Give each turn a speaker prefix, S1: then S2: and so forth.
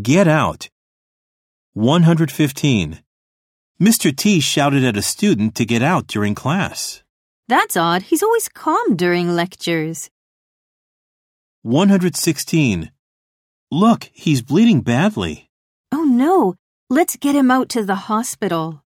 S1: Get out. 115. Mr. T shouted at a student to get out during class.
S2: That's odd. He's always calm during lectures.
S1: 116. Look, he's bleeding badly.
S2: Oh no. Let's get him out to the hospital.